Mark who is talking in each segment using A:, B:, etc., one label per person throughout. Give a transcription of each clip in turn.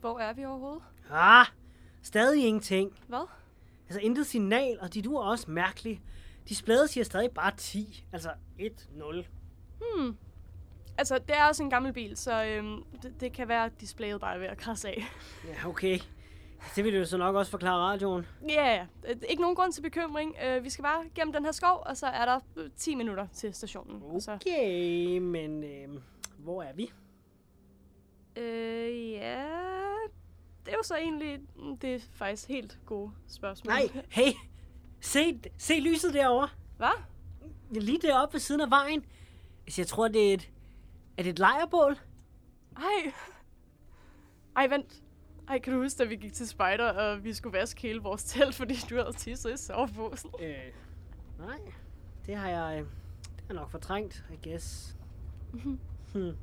A: Hvor er vi overhovedet?
B: Ah, stadig ingenting.
A: Hvad?
B: Altså intet signal, og de duer også mærkeligt. De spæde siger stadig bare 10, altså 1-0.
A: Hmm. Altså, det er også en gammel bil, så øhm, det, det kan være, at displayet bare er ved at krasse af.
B: Ja, okay. Altså, Det ville jo så nok også forklare radioen.
A: Ja, yeah. Øh, ikke nogen grund til bekymring. Øh, vi skal bare gennem den her skov, og så er der øh, 10 minutter til stationen. Og Så,
B: Okay, men øh, hvor er vi?
A: øh, ja... Det er jo så egentlig... mm, Det er faktisk helt gode spørgsmål.
B: Nej, hey! Se, se lyset derovre.
A: Hvad?
B: Lige deroppe ved siden af vejen. Altså, jeg tror, det er et, er det et lejrbål.
A: Ej. Ej, vent. Ej, kan du huske, da vi gik til spejder, og vi skulle vaske hele vores telt, fordi du havde tisset i soveposen?
B: Øh, nej. Det har jeg, øh, det har jeg nok fortrængt, I guess. hmm.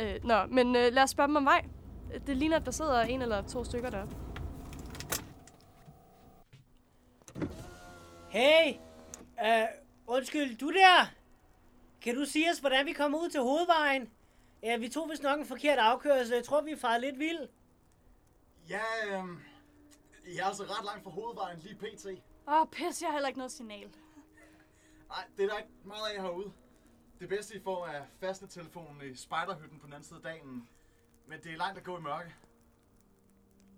A: Øh, nå, men øh, lad os spørge dem om vej. Det ligner, at der sidder en eller to stykker deroppe.
B: Hey! Øh, undskyld, du der? Kan du sige os, hvordan vi kommer ud til hovedvejen? Ja, vi tog vist nok en forkert afkørsel. Jeg tror, vi er faret lidt vild.
C: Ja, øhm, jeg er altså ret langt fra hovedvejen lige pt.
A: Åh, oh, pis, jeg har heller ikke noget signal.
C: Nej, det er der ikke meget af herude. Det bedste I får er faste telefonen i spejderhytten på den anden side af dagen. Men det er langt at gå i mørke.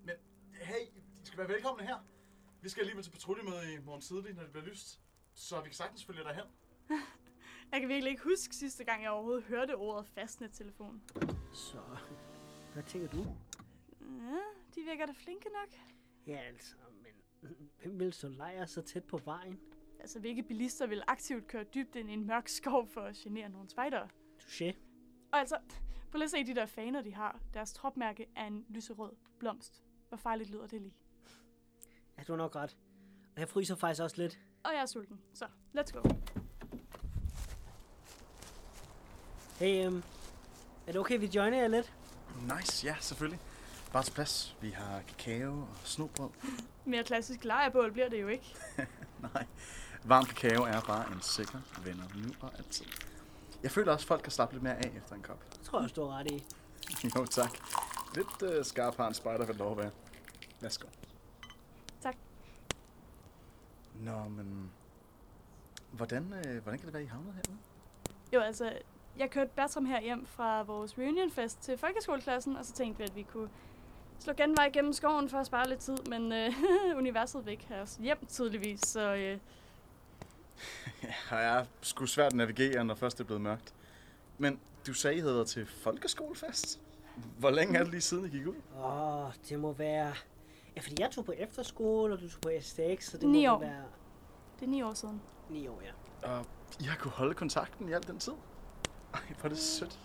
C: Men hey, I skal være velkomne her. Vi skal alligevel til patruljemøde i morgen tidlig, når det bliver lyst. Så vi kan sagtens følge jer derhen.
A: Jeg kan virkelig ikke huske sidste gang, jeg overhovedet hørte ordet fastnettelefon.
B: Så, hvad tænker du?
A: Ja, de virker da flinke nok.
B: Ja, altså, men hvem vil så lejre så tæt på vejen?
A: Altså, hvilke bilister vil aktivt køre dybt ind i en mørk skov for at genere nogle spejdere?
B: Touché.
A: Og altså, prøv lige at se de der faner, de har. Deres tropmærke er en lyserød blomst. Hvor farligt lyder det lige.
B: Ja, du har nok ret. Og jeg fryser faktisk også lidt.
A: Og jeg er sulten, så let's go.
B: Hey, øhm, er det okay, vi joiner jer lidt?
C: Nice, ja, selvfølgelig. Bare til plads. Vi har kakao og snobrød.
A: Mere klassisk lejrebål bliver det jo ikke.
C: Nej, varm kakao er bare en sikker venner nu og altid. Jeg føler også, at folk kan slappe lidt mere af efter en kop.
B: Det tror jeg, også, du har ret i.
C: jo, tak. Lidt øh, skarp har en spejder vel lov at være. Værsgo.
A: Tak.
C: Nå, men... Hvordan, øh, hvordan kan det være, I havnede herude?
A: Jo, altså, jeg kørte Bertram her hjem fra vores reunionfest til folkeskoleklassen, og så tænkte vi, at vi kunne slå genvej gennem skoven for at spare lidt tid, men øh, universet vil ikke have os hjem tydeligvis, så øh,
C: Ja, jeg er sgu svært at navigere, når først det er blevet mørkt. Men du sagde, I havde været til folkeskolefest? Hvor længe er det lige siden, I gik ud?
B: Åh, oh, det må være... Ja, fordi jeg tog på efterskole, og du tog på STX, så
A: Ni
B: det må vel
A: år.
B: være...
A: det er ni år siden.
B: Ni år, ja.
C: Og I har kunne holde kontakten i al den tid? Ej, hvor er det sødt.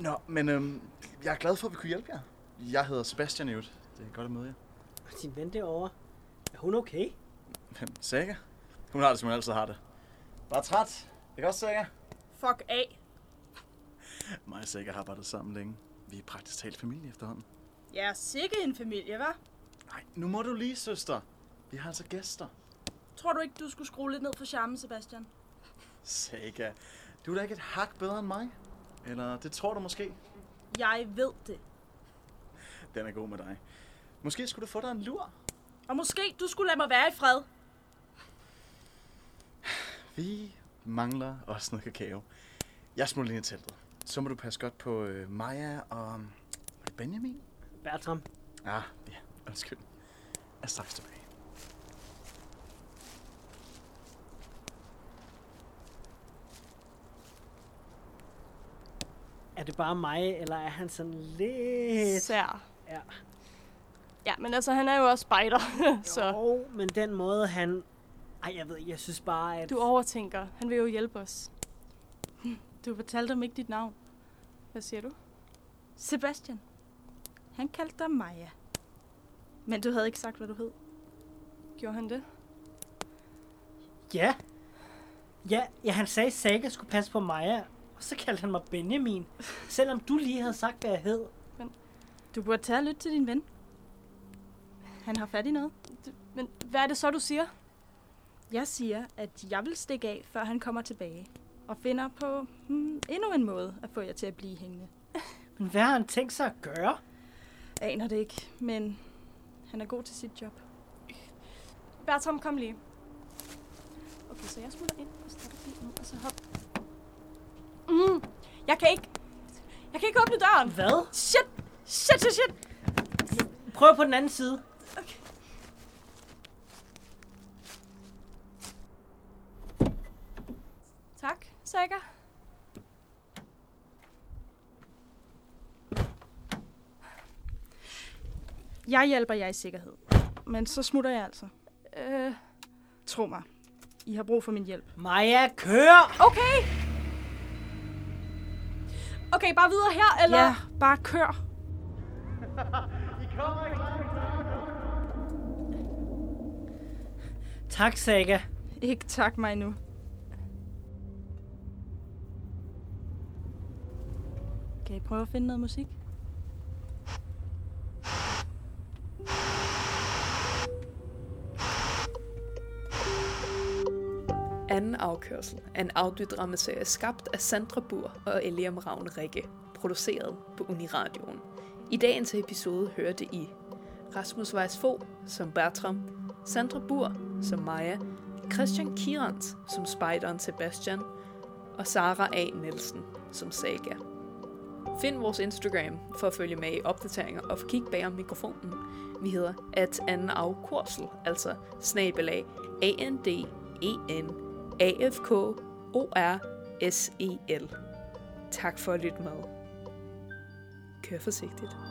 C: Nå, men øhm, jeg er glad for, at vi kunne hjælpe jer. Jeg hedder Sebastian Eut. Det er godt at møde jer.
B: Og din ven derovre, er hun okay?
C: Hvem? Sækker? Hun har det, som hun altid har det. Bare træt. Ikke også, Sækker?
A: Fuck af.
C: Mig og Sækker har arbejdet sammen længe. Vi er praktisk talt familie efterhånden.
D: Jeg er sikke en familie, hva'?
C: Nej, nu må du lige, søster. Vi har altså gæster.
D: Tror du ikke, du skulle skrue lidt ned for charmen, Sebastian?
C: Sækker, du er da ikke et hak bedre end mig. Eller det tror du måske.
D: Jeg ved det.
C: Den er god med dig. Måske skulle du få dig en lur.
D: Og måske du skulle lade mig være i fred.
C: Vi mangler også noget kakao. Jeg smutter lige ind i teltet. Så må du passe godt på øh, Maja og var det Benjamin.
B: Bertram,
C: Ah, ja, undskyld. Jeg er straks tilbage.
B: er det bare mig, eller er han sådan lidt...
A: Sær.
B: Ja.
A: Ja, men altså, han er jo også spejder, så
B: Jo, men den måde, han... Ej, jeg ved ikke, jeg synes bare, at...
A: du overtænker. Han vil jo hjælpe os. Hm, Du fortalte ham ikke dit navn. Hvad siger du?
D: Sebastian. Han kaldte dig Maja. Men du havde ikke sagt, hvad du hed.
A: Gjorde han det?
B: Ja. Ja, ja, han sagde, at Saga skulle passe på Maja. Og så kaldte han mig Benjamin. Selvom du lige havde sagt, hvad jeg hed.
D: Du burde tage og lytte til din ven. Han har fat i noget.
A: Det- Men hvad er det så, du siger?
D: Jeg siger, at jeg vil stikke af, før han kommer tilbage. og finder på hmm, endnu en måde at få jer til at blive hængende.
B: Men hvad har han tænkt sig at gøre?
D: Aner det ikke, men han er god til sit job.
A: Bertram, kom lige. Okay, så jeg smutter ind på strategi nu, og så hop. Mm, jeg kan ikke... Jeg kan ikke åbne døren.
B: Hvad?
A: Shit, shit, shit, shit.
B: Prøv på den anden side.
A: Tak, Sækker.
D: Jeg hjælper jer i sikkerhed, men så smutter jeg altså.
A: Øh,
D: Tro mig, I har brug for min hjælp.
B: Maja, kør!
A: okay. Okay, bare videre her, eller?
D: Ja, bare kør.
B: Tak, Saga.
D: Ikke tak mig nu. Kan I prøve at finde noget musik?
E: Anden afkørsel er en audio dramaserie skabt af Sandra Bur og Eliam Ravn Rikke, produceret på Uniradioen. I dagens episode hørte I Rasmus Weiss Fogh som Bertram, Sandra Bur som Maja, Christian Kirans som spejderen Sebastian og Sara A. Nielsen som Saga. Find vores Instagram for at følge med i opdateringer og kig bag om mikrofonen. Vi hedder at anden afkursel, altså snabelag a n d e n a f k o r s e l Tak for at lytte med. Kør forsigtigt.